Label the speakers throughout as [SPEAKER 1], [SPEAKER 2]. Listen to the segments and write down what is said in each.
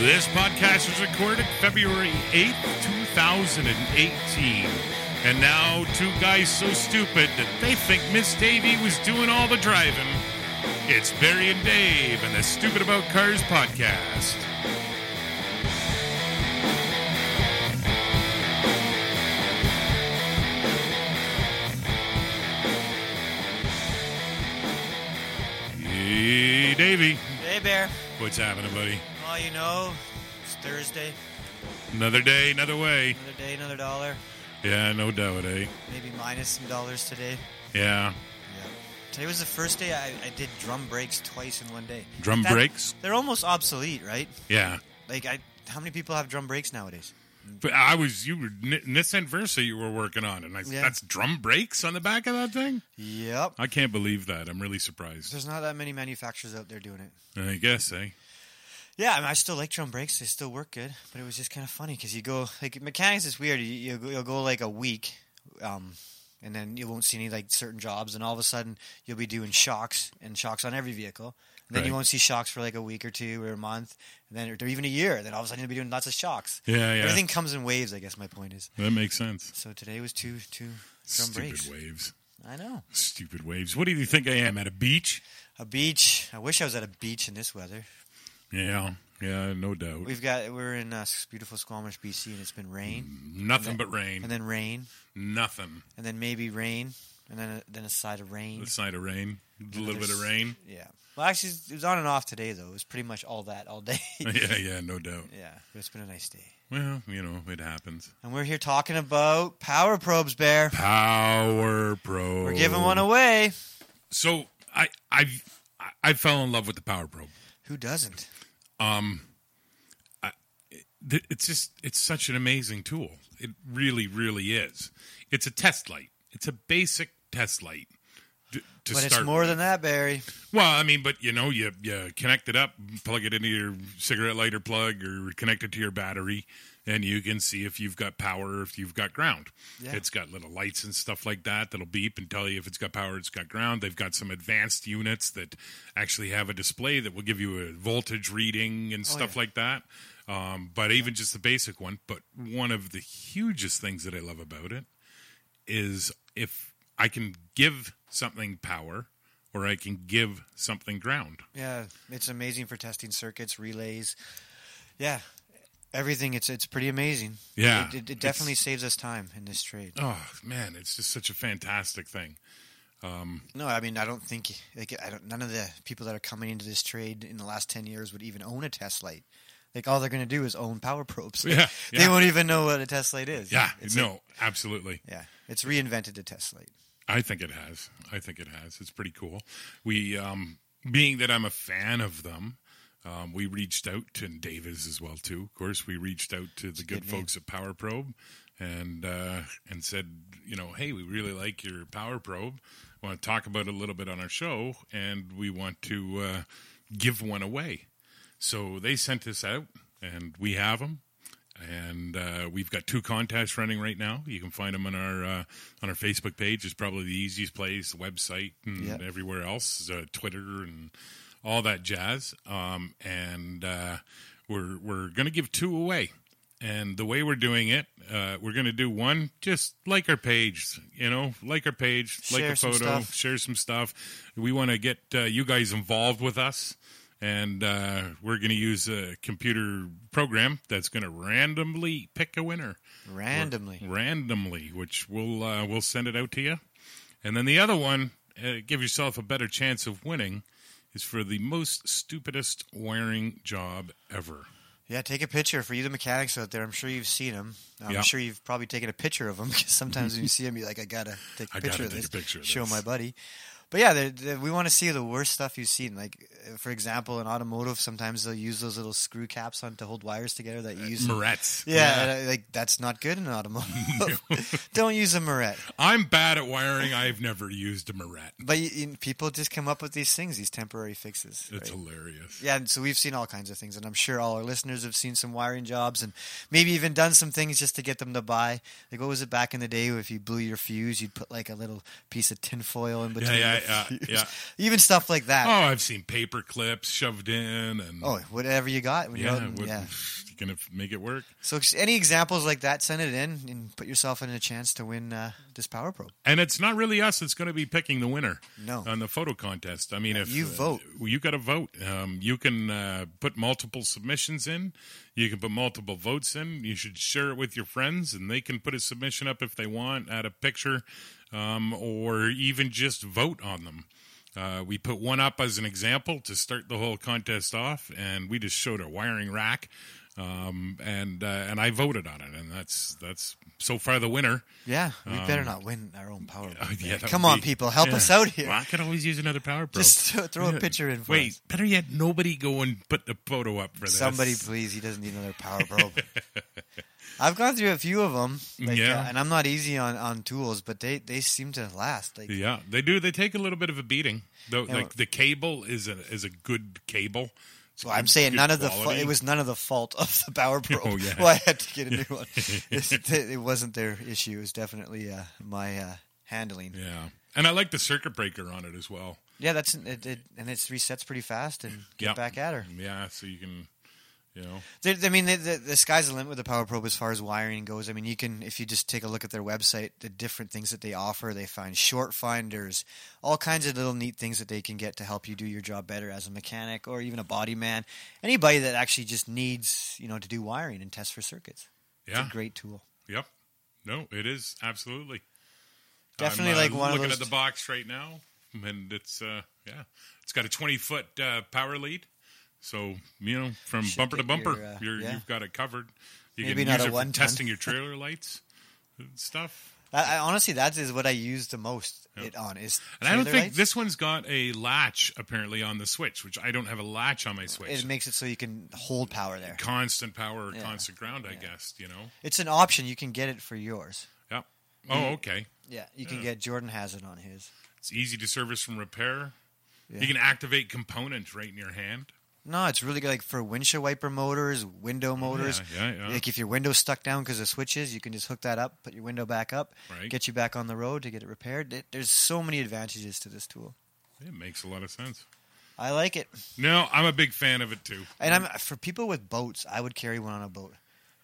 [SPEAKER 1] This podcast was recorded February 8th, 2018. And now, two guys so stupid that they think Miss Davy was doing all the driving. It's Barry and Dave and the Stupid About Cars podcast. Hey, Davey.
[SPEAKER 2] Hey, Bear.
[SPEAKER 1] What's happening, buddy?
[SPEAKER 2] Well, you know, it's Thursday.
[SPEAKER 1] Another day, another way.
[SPEAKER 2] Another day, another dollar.
[SPEAKER 1] Yeah, no doubt, eh?
[SPEAKER 2] Maybe minus some dollars today.
[SPEAKER 1] Yeah.
[SPEAKER 2] Yeah. Today was the first day I, I did drum breaks twice in one day.
[SPEAKER 1] Drum
[SPEAKER 2] That-
[SPEAKER 1] breaks?
[SPEAKER 2] They're almost obsolete, right?
[SPEAKER 1] Yeah.
[SPEAKER 2] Like, I how many people have drum breaks nowadays?
[SPEAKER 1] But I was, you were, Ni- Nissan Versa you were working on, and I,
[SPEAKER 2] Yeah.
[SPEAKER 1] that's drum brakes on the back of that thing?
[SPEAKER 2] Yep.
[SPEAKER 1] I can't believe that. I'm really surprised.
[SPEAKER 2] There's not that many manufacturers out there doing it.
[SPEAKER 1] I guess, eh?
[SPEAKER 2] Yeah, I, mean, I still like drum breaks. They still work good, but it was just kind of funny because you go like mechanics is weird. You, you go- you'll go like a week, um, and then you won't see any like certain jobs, and all of a sudden you'll be doing shocks and shocks on every vehicle. And then you
[SPEAKER 1] Right.
[SPEAKER 2] won't see shocks for like a week or two or a month, and then or even a year. Then all of a sudden you'll be doing lots of shocks.
[SPEAKER 1] Yeah, yeah.
[SPEAKER 2] Everything comes in waves. I guess my point is.
[SPEAKER 1] That makes sense.
[SPEAKER 2] So today was two two drum
[SPEAKER 1] Stupid
[SPEAKER 2] breaks.
[SPEAKER 1] waves.
[SPEAKER 2] I know
[SPEAKER 1] Stupid waves. What do you think I am at a beach?
[SPEAKER 2] a beach. I wish I was at a beach in this weather.
[SPEAKER 1] Yeah, yeah, no doubt.
[SPEAKER 2] We've got we're in uh, beautiful Squamish, BC, and it's been rain
[SPEAKER 1] Nothing
[SPEAKER 2] and
[SPEAKER 1] but rain.
[SPEAKER 2] and then rain.
[SPEAKER 1] Nothing.
[SPEAKER 2] and then maybe rain, and then a, then a side of rain.
[SPEAKER 1] The side of rain. A little bit
[SPEAKER 2] there's-
[SPEAKER 1] of rain.
[SPEAKER 2] Yeah. Well, actually, it was on and off today though. It was pretty much all that all day.
[SPEAKER 1] yeah, yeah, no doubt.
[SPEAKER 2] yeah, but it's been a nice day.
[SPEAKER 1] Well, you know, it happens.
[SPEAKER 2] And we're here talking about power probes, Bear.
[SPEAKER 1] Power Probe.
[SPEAKER 2] We're giving one away.
[SPEAKER 1] So I I I fell in love with the Power Probe.
[SPEAKER 2] Who doesn't?
[SPEAKER 1] Th- It's just it's such an amazing tool. It really really is. It's a test light. It's a basic test light. To, to
[SPEAKER 2] But it's
[SPEAKER 1] start
[SPEAKER 2] more
[SPEAKER 1] with.
[SPEAKER 2] than that, Barry.
[SPEAKER 1] well, I mean, but you know, you you connect it up, plug it into your cigarette lighter plug, or connect it to your battery, and you can see if you've got power, or if you've got ground.
[SPEAKER 2] Yeah.
[SPEAKER 1] It's got little lights and stuff like that that'll beep and tell you if it's got power, it's got ground. They've got some advanced units that actually have a display that will give you a voltage reading and stuff
[SPEAKER 2] yeah.
[SPEAKER 1] like that. Um, but even just the basic one. But one of the hugest things that I love about it is if I can give something power or I can give something ground.
[SPEAKER 2] Yeah, it's amazing for testing circuits, relays. Yeah, everything. It's it's pretty amazing.
[SPEAKER 1] Yeah,
[SPEAKER 2] it, it, it
[SPEAKER 1] it's-
[SPEAKER 2] definitely saves us time in this trade.
[SPEAKER 1] Oh man, it's just such a fantastic thing.
[SPEAKER 2] No, I mean I don't think like I don't. None of the people that are coming into this trade in the last ten years would even own a test light. Like all they're going to do is own power probes.
[SPEAKER 1] Yeah,
[SPEAKER 2] they
[SPEAKER 1] yeah.
[SPEAKER 2] won't even know what a test light is.
[SPEAKER 1] Yeah,
[SPEAKER 2] It's
[SPEAKER 1] no, absolutely.
[SPEAKER 2] a- yeah, it's reinvented the test light.
[SPEAKER 1] I think it has. I think it has. It's pretty cool. We, um, being that I'm a fan of them, um, we reached out to and Dave is as well too. Of course, we reached out to the good
[SPEAKER 2] good name.
[SPEAKER 1] folks at Power Probe, and uh, and said, you know, hey, we really like your Power Probe. Want to talk about it a little bit on our show, and we want to uh, give one away. So they sent us out, and we have them. And uh, we've got two contests running right now. You can find them on our uh, on our Facebook page. It's probably the easiest place, the website, and
[SPEAKER 2] Yep.
[SPEAKER 1] everywhere else, uh, Twitter and all that jazz. Um, and uh, we're we're going to give two away. And the way we're doing it, uh, we're going to do one just like our page, you know, like our page, like
[SPEAKER 2] Share
[SPEAKER 1] a
[SPEAKER 2] some
[SPEAKER 1] photo,
[SPEAKER 2] stuff.
[SPEAKER 1] share some stuff. We want to get uh, you guys involved with us, and uh, we're going to use a computer program that's going to randomly pick a winner,
[SPEAKER 2] Randomly,
[SPEAKER 1] randomly, which we'll uh, we'll send it out to you. And then the other one, uh, give yourself a better chance of winning, is for the most stupidest wiring job ever.
[SPEAKER 2] yeah. Take a picture for you, the mechanics out there. I'm sure you've seen them. I'm
[SPEAKER 1] Yeah.
[SPEAKER 2] sure you've probably taken a picture of them because sometimes when you see them, you're like, I gotta take a
[SPEAKER 1] I gotta
[SPEAKER 2] picture of
[SPEAKER 1] take
[SPEAKER 2] this.
[SPEAKER 1] a picture of
[SPEAKER 2] show
[SPEAKER 1] this.
[SPEAKER 2] my buddy. But yeah, they're, they're- we want to see the worst stuff you've seen. Like, uh, for example, in automotive, sometimes they'll use those little screw caps on to hold wires together that you use.
[SPEAKER 1] Uh,
[SPEAKER 2] in-
[SPEAKER 1] Moretz.
[SPEAKER 2] Yeah, and I- like that's not good in automotive. Don't use a Moret.
[SPEAKER 1] I'm bad at wiring. I've never used a Moret.
[SPEAKER 2] But you, you, people just come up with these things, these temporary fixes.
[SPEAKER 1] It's
[SPEAKER 2] right?
[SPEAKER 1] hilarious.
[SPEAKER 2] yeah, and so we've seen all kinds of things, and I'm sure all our listeners have seen some wiring jobs, and maybe even done some things just to get them to buy. Like, what was it back in the day? If you blew your fuse, you'd put like a little piece of tinfoil in between
[SPEAKER 1] yeah,
[SPEAKER 2] the
[SPEAKER 1] yeah, yeah.
[SPEAKER 2] Even stuff like
[SPEAKER 1] Oh,
[SPEAKER 2] that.
[SPEAKER 1] I've seen paper clips shoved in, and
[SPEAKER 2] Oh, whatever you got. When you're
[SPEAKER 1] yeah,
[SPEAKER 2] out and-
[SPEAKER 1] what-
[SPEAKER 2] yeah.
[SPEAKER 1] you gonna make it work.
[SPEAKER 2] So ex- any examples like that, send it in and put yourself in a chance to win uh, this power probe.
[SPEAKER 1] And it's not really us that's going to be picking the winner.
[SPEAKER 2] No.
[SPEAKER 1] On the photo contest. I mean, if
[SPEAKER 2] You vote.
[SPEAKER 1] uh, you got to vote. Um, you can uh, put multiple submissions in. You can put multiple votes in. You should share it with your friends, and they can put a submission up if they want, add a picture, um, or even just vote on them. Uh, we put one up as an example to start the whole contest off, and we just showed a wiring rack, um, and uh, and I voted on it, and that's that's so far the winner.
[SPEAKER 2] Yeah, we better not win our own power probe.
[SPEAKER 1] Um, Oh, yeah,
[SPEAKER 2] man.
[SPEAKER 1] that
[SPEAKER 2] Come
[SPEAKER 1] would
[SPEAKER 2] on,
[SPEAKER 1] be-
[SPEAKER 2] people, help
[SPEAKER 1] yeah.
[SPEAKER 2] us out here.
[SPEAKER 1] Well, I could always use another power probe.
[SPEAKER 2] Just throw, throw a picture in for
[SPEAKER 1] Wait,
[SPEAKER 2] us.
[SPEAKER 1] better yet, nobody go and put the photo up for this.
[SPEAKER 2] Somebody, please. He doesn't need another power probe. I've gone through a few of them, like,
[SPEAKER 1] Yeah.
[SPEAKER 2] uh, and I'm not easy on, on tools, but they, they seem to last. Like,
[SPEAKER 1] Yeah, they do. They take a little bit of a beating. Though,
[SPEAKER 2] Yeah.
[SPEAKER 1] like the cable is a is a good cable. It's
[SPEAKER 2] Well, I'm
[SPEAKER 1] good-
[SPEAKER 2] saying
[SPEAKER 1] good
[SPEAKER 2] none of the fa-
[SPEAKER 1] quality.
[SPEAKER 2] it was none of the fault of the power probe.
[SPEAKER 1] Oh, yeah.
[SPEAKER 2] Well, I had to get a new one. It's- it wasn't their issue. It was definitely uh, my uh, handling. Yeah,
[SPEAKER 1] Yeah, and I like the circuit breaker on it as well.
[SPEAKER 2] that's it, it, and it resets pretty fast and get
[SPEAKER 1] Yeah.
[SPEAKER 2] back at her.
[SPEAKER 1] Yeah, so you can, you know,
[SPEAKER 2] There- I mean, the, the, the sky's the limit with the power probe as far as wiring goes. I mean, you can if you just take a look at their website, the different things that they offer. They find short finders, all kinds of little neat things that they can get to help you do your job better as a mechanic or even a body man. Anybody that actually just needs you know to do wiring and test for circuits.
[SPEAKER 1] yeah,
[SPEAKER 2] It's a great tool.
[SPEAKER 1] yep. No, it is absolutely
[SPEAKER 2] Definitely
[SPEAKER 1] I'm, uh,
[SPEAKER 2] like one of
[SPEAKER 1] looking
[SPEAKER 2] those.
[SPEAKER 1] at the box right now, and it's uh, yeah, it's got a 20 foot uh, power lead. So you know, from
[SPEAKER 2] Should
[SPEAKER 1] bumper to
[SPEAKER 2] get
[SPEAKER 1] bumper,
[SPEAKER 2] your, uh,
[SPEAKER 1] you're,
[SPEAKER 2] yeah.
[SPEAKER 1] you've got it covered. You
[SPEAKER 2] Maybe
[SPEAKER 1] can
[SPEAKER 2] not
[SPEAKER 1] use
[SPEAKER 2] a
[SPEAKER 1] it for
[SPEAKER 2] one-ton.
[SPEAKER 1] testing your trailer lights and stuff.
[SPEAKER 2] I, I, honestly, that is what I use the most. It on is.
[SPEAKER 1] And I don't
[SPEAKER 2] trailer
[SPEAKER 1] think
[SPEAKER 2] lights.
[SPEAKER 1] this one's got a latch apparently on the switch, which I don't have a latch on my switch.
[SPEAKER 2] It makes it so you can hold power there.
[SPEAKER 1] constant power or
[SPEAKER 2] Yeah.
[SPEAKER 1] constant ground, I guess. You know.
[SPEAKER 2] It's an option. You can get it for yours.
[SPEAKER 1] Yep. Oh, okay.
[SPEAKER 2] Yeah, you can get Jordan has it on his.
[SPEAKER 1] It's easy to service from repair.
[SPEAKER 2] Yeah.
[SPEAKER 1] You can activate components right in your hand.
[SPEAKER 2] No, it's really good, like for windshield wiper motors, window motors.
[SPEAKER 1] yeah, yeah.
[SPEAKER 2] Like if your window's stuck down because of switches, you can just hook that up, put your window back up,
[SPEAKER 1] Right.
[SPEAKER 2] get you back on the road to get it repaired. There- There's so many advantages to this tool.
[SPEAKER 1] It makes a lot of sense.
[SPEAKER 2] I like it,
[SPEAKER 1] No, I'm a big fan of it too.
[SPEAKER 2] and I'm for people with boats. I would carry one on a boat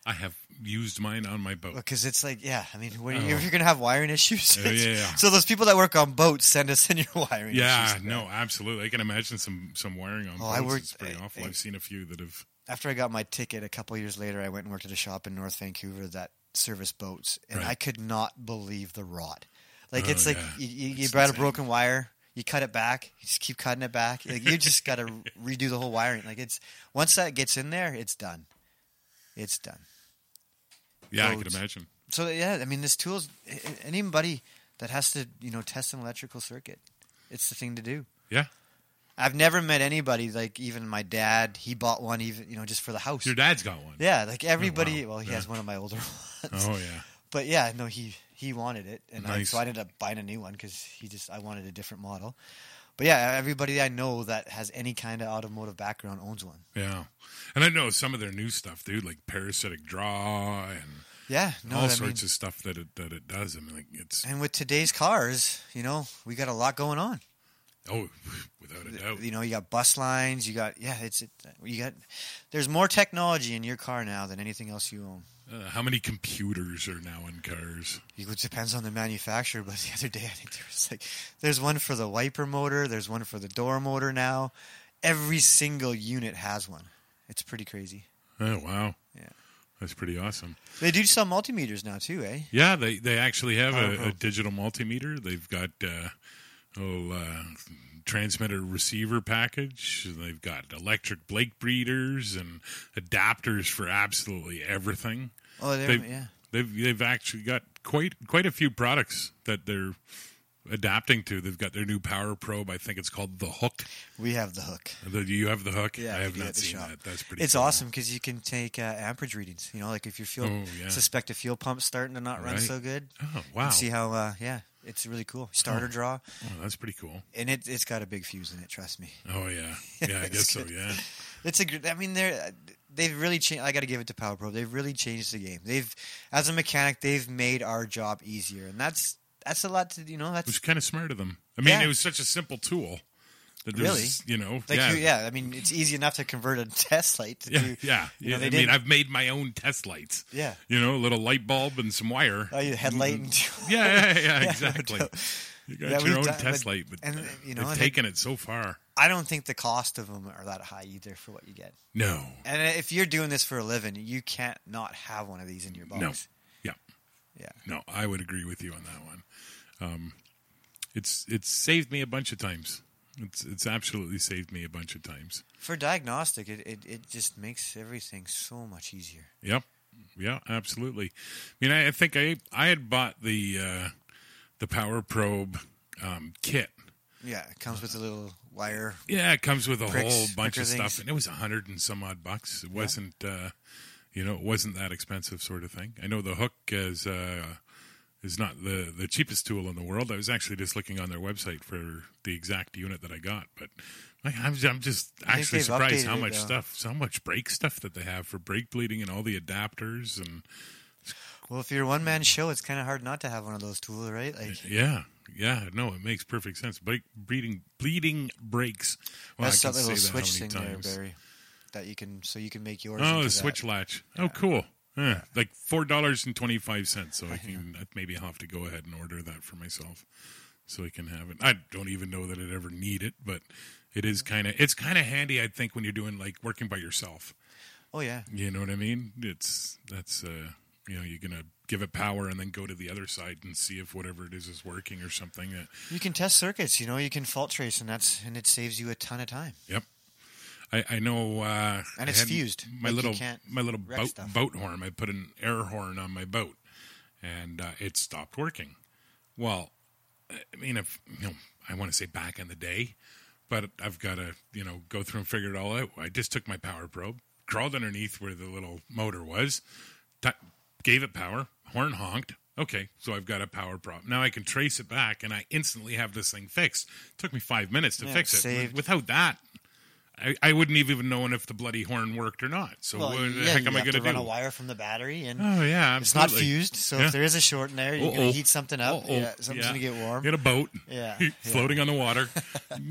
[SPEAKER 1] I have used mine on my boat.
[SPEAKER 2] because it's like, yeah, I mean, when,
[SPEAKER 1] Oh.
[SPEAKER 2] if you're gonna have wiring issues,
[SPEAKER 1] Yeah, yeah, yeah.
[SPEAKER 2] so those people that work on boats send us in your wiring.
[SPEAKER 1] Yeah,
[SPEAKER 2] issues.
[SPEAKER 1] no, absolutely. I can imagine some some wiring on.
[SPEAKER 2] Oh, I
[SPEAKER 1] boats.
[SPEAKER 2] worked-
[SPEAKER 1] It's pretty
[SPEAKER 2] I-
[SPEAKER 1] awful.
[SPEAKER 2] I-
[SPEAKER 1] I've seen a few that have.
[SPEAKER 2] after I got my ticket a couple years later, I went and worked at a shop in North Vancouver that serviced boats, and
[SPEAKER 1] Right.
[SPEAKER 2] I could not believe the rot. Like
[SPEAKER 1] Oh,
[SPEAKER 2] it's like
[SPEAKER 1] yeah.
[SPEAKER 2] you, you, you
[SPEAKER 1] It's
[SPEAKER 2] brought a
[SPEAKER 1] insane.
[SPEAKER 2] broken wire, you cut it back, you just keep cutting it back. Like you just got to redo the whole wiring. Like it's once that gets in there, it's done. It's done.
[SPEAKER 1] Yeah, I
[SPEAKER 2] Boats.
[SPEAKER 1] can imagine.
[SPEAKER 2] So yeah, I mean, this tool's a- a- anybody that has to you know test an electrical circuit, it's the thing to do.
[SPEAKER 1] Yeah,
[SPEAKER 2] I've never met anybody like even my dad. He bought one even you know just for the house.
[SPEAKER 1] your dad's got one.
[SPEAKER 2] Yeah, like everybody. Well, he
[SPEAKER 1] Oh, Yeah.
[SPEAKER 2] has one of my older ones.
[SPEAKER 1] Oh yeah.
[SPEAKER 2] But yeah, no, he he wanted it, and I,
[SPEAKER 1] Nice.
[SPEAKER 2] so I ended up buying a new one because he just I wanted a different model. But yeah, everybody I know that has any kind of automotive background owns one.
[SPEAKER 1] Yeah, and I know some of their new stuff, dude, like parasitic draw and
[SPEAKER 2] Yeah, no,
[SPEAKER 1] all
[SPEAKER 2] I
[SPEAKER 1] sorts
[SPEAKER 2] mean,
[SPEAKER 1] of stuff that it that it does. I mean, like it's
[SPEAKER 2] and with today's cars, you know, we got a lot going on.
[SPEAKER 1] oh, without a doubt.
[SPEAKER 2] You know, you got bus lines, you got yeah, it's it, you got. There's more technology in your car now than anything else you own.
[SPEAKER 1] Uh, how many computers are now in cars?
[SPEAKER 2] It depends on the manufacturer, but the other day I think there was like there's one for the wiper motor, there's one for the door motor now. Every single unit has one. It's pretty crazy.
[SPEAKER 1] Oh wow.
[SPEAKER 2] Yeah.
[SPEAKER 1] That's pretty awesome.
[SPEAKER 2] They do sell multimeters now too, eh?
[SPEAKER 1] Yeah, they they actually have
[SPEAKER 2] Oh,
[SPEAKER 1] a,
[SPEAKER 2] oh.
[SPEAKER 1] a digital multimeter. They've got uh, oh uh, transmitter receiver package. They've got electric Blake breeders and adapters for absolutely everything.
[SPEAKER 2] Oh, they're,
[SPEAKER 1] They-
[SPEAKER 2] yeah.
[SPEAKER 1] They've they've actually got quite quite a few products that they're adapting to. They've got their new power probe. I think it's called the Hook.
[SPEAKER 2] We have the hook.
[SPEAKER 1] The, do you have the Hook?
[SPEAKER 2] Yeah,
[SPEAKER 1] I have
[SPEAKER 2] we do at
[SPEAKER 1] not
[SPEAKER 2] the
[SPEAKER 1] seen
[SPEAKER 2] shop.
[SPEAKER 1] that. That's pretty.
[SPEAKER 2] It's
[SPEAKER 1] cool.
[SPEAKER 2] awesome because you can take uh, amperage readings. You know, like if your fuel
[SPEAKER 1] Oh, yeah.
[SPEAKER 2] suspect a fuel pump's starting to not run
[SPEAKER 1] Right.
[SPEAKER 2] so good, you
[SPEAKER 1] Oh
[SPEAKER 2] can
[SPEAKER 1] wow,
[SPEAKER 2] see how uh, yeah, it's really cool starter draw,
[SPEAKER 1] oh, that's pretty cool.
[SPEAKER 2] and it it's got a big fuse in it. Trust me.
[SPEAKER 1] Oh yeah, yeah, I
[SPEAKER 2] It's
[SPEAKER 1] guess so.
[SPEAKER 2] good.
[SPEAKER 1] Yeah,
[SPEAKER 2] It's a. gr- I mean, they're uh, they've really changed. I got to give it to Power Probe. They've really changed the game. They've, as a mechanic, they've made our job easier, and that's that's a lot to you know. That's
[SPEAKER 1] which kind of smart of them. I mean,
[SPEAKER 2] Yeah.
[SPEAKER 1] it was such a simple tool that there's,
[SPEAKER 2] Really?
[SPEAKER 1] you know,
[SPEAKER 2] Like
[SPEAKER 1] yeah,
[SPEAKER 2] you, yeah, I mean, it's easy enough to convert a test light to
[SPEAKER 1] yeah,
[SPEAKER 2] do.
[SPEAKER 1] yeah.
[SPEAKER 2] you
[SPEAKER 1] Yeah,
[SPEAKER 2] know, they
[SPEAKER 1] I mean,
[SPEAKER 2] didn't-
[SPEAKER 1] I've made my own test lights.
[SPEAKER 2] Yeah.
[SPEAKER 1] you know, a little light bulb and some wire.
[SPEAKER 2] Oh, you headlight and
[SPEAKER 1] yeah, yeah, yeah, exactly. You got
[SPEAKER 2] Yeah,
[SPEAKER 1] your
[SPEAKER 2] we've
[SPEAKER 1] own
[SPEAKER 2] done-
[SPEAKER 1] test
[SPEAKER 2] but-
[SPEAKER 1] light, but
[SPEAKER 2] and, you
[SPEAKER 1] they've
[SPEAKER 2] know, and they-
[SPEAKER 1] taken it so far.
[SPEAKER 2] I don't think the cost of them are that high either for what you get.
[SPEAKER 1] No,
[SPEAKER 2] And if you're doing this for a living, you can't not have one of these in your box.
[SPEAKER 1] no, yeah,
[SPEAKER 2] Yeah.
[SPEAKER 1] no. I would agree with you on that one. Um, it's it's saved me a bunch of times. It's it's absolutely saved me a bunch of times.
[SPEAKER 2] For diagnostic, it, it, it just makes everything so much easier.
[SPEAKER 1] Yep. Yeah, absolutely. I mean, I, I think I I had bought the uh, the power probe um, kit.
[SPEAKER 2] Yeah, it comes with a little wire.
[SPEAKER 1] Yeah, it comes with a
[SPEAKER 2] Pricks,
[SPEAKER 1] whole bunch
[SPEAKER 2] pricker
[SPEAKER 1] of
[SPEAKER 2] things.
[SPEAKER 1] stuff, and it was a hundred and some odd bucks. It wasn't, uh, you know, it wasn't that expensive sort of thing. I know the hook is uh, is not the the cheapest tool in the world. I was actually just looking on their website for the exact unit that I got, but I- I'm I'm just
[SPEAKER 2] think
[SPEAKER 1] actually
[SPEAKER 2] they've
[SPEAKER 1] surprised how
[SPEAKER 2] updated it,
[SPEAKER 1] much
[SPEAKER 2] though.
[SPEAKER 1] stuff, so much brake stuff that they have for brake bleeding and all the adapters and
[SPEAKER 2] Well, if you're a one man show, it's kind of hard not to have one of those tools, right? Like,
[SPEAKER 1] Yeah, yeah, no, it makes perfect sense. Ble- bleeding, bleeding breaks. Well,
[SPEAKER 2] that's
[SPEAKER 1] I can
[SPEAKER 2] that
[SPEAKER 1] say
[SPEAKER 2] little
[SPEAKER 1] that how
[SPEAKER 2] switch
[SPEAKER 1] many
[SPEAKER 2] thing
[SPEAKER 1] times.
[SPEAKER 2] there, Barry. That you can, so you can make yours.
[SPEAKER 1] oh,
[SPEAKER 2] into
[SPEAKER 1] the
[SPEAKER 2] that.
[SPEAKER 1] switch latch. Oh, cool. Huh, like four dollars and twenty five cents. So I can maybe I'll have to go ahead and order that for myself, so I can have it. I don't even know that I'd ever need it, but it is
[SPEAKER 2] Mm-hmm.
[SPEAKER 1] kind of it's kind of handy. I think when you're doing like working by yourself.
[SPEAKER 2] Oh, yeah.
[SPEAKER 1] You know what I mean? It's that's uh you know you're gonna give it power and then go to the other side and see if whatever it is is working or something. Uh,
[SPEAKER 2] You can test circuits, you know, you can fault trace, and that's, and it saves you a ton of time.
[SPEAKER 1] Yep. I, I know. Uh,
[SPEAKER 2] And
[SPEAKER 1] I
[SPEAKER 2] it's
[SPEAKER 1] had
[SPEAKER 2] fused.
[SPEAKER 1] My
[SPEAKER 2] Like, you
[SPEAKER 1] little
[SPEAKER 2] can't
[SPEAKER 1] my little
[SPEAKER 2] wreck
[SPEAKER 1] boat,
[SPEAKER 2] stuff.
[SPEAKER 1] boat horn. I put an air horn on my boat, and uh, it stopped working. Well, I mean, if you know, I want to say back in the day, but I've got to you know go through and figure it all out. I just took my power probe, crawled underneath where the little motor was, t- gave it power, horn honked. Okay, so I've got a power prop. Now I can trace it back, and I instantly have this thing fixed. took me five minutes to
[SPEAKER 2] Yeah,
[SPEAKER 1] fix it.
[SPEAKER 2] saved.
[SPEAKER 1] Without that, I, I wouldn't have even known if the bloody horn worked or not. So
[SPEAKER 2] Well,
[SPEAKER 1] what the
[SPEAKER 2] yeah,
[SPEAKER 1] heck
[SPEAKER 2] you
[SPEAKER 1] am I going
[SPEAKER 2] have to
[SPEAKER 1] to
[SPEAKER 2] run
[SPEAKER 1] do?
[SPEAKER 2] a wire from the battery, and
[SPEAKER 1] Oh yeah,
[SPEAKER 2] it's not
[SPEAKER 1] absolutely.
[SPEAKER 2] fused. So
[SPEAKER 1] Yeah.
[SPEAKER 2] if there is a short in there, you're going
[SPEAKER 1] Uh-oh.
[SPEAKER 2] to heat something up.
[SPEAKER 1] Uh-oh.
[SPEAKER 2] Yeah, something's going to get warm.
[SPEAKER 1] In a boat,
[SPEAKER 2] Yeah,
[SPEAKER 1] floating on the water,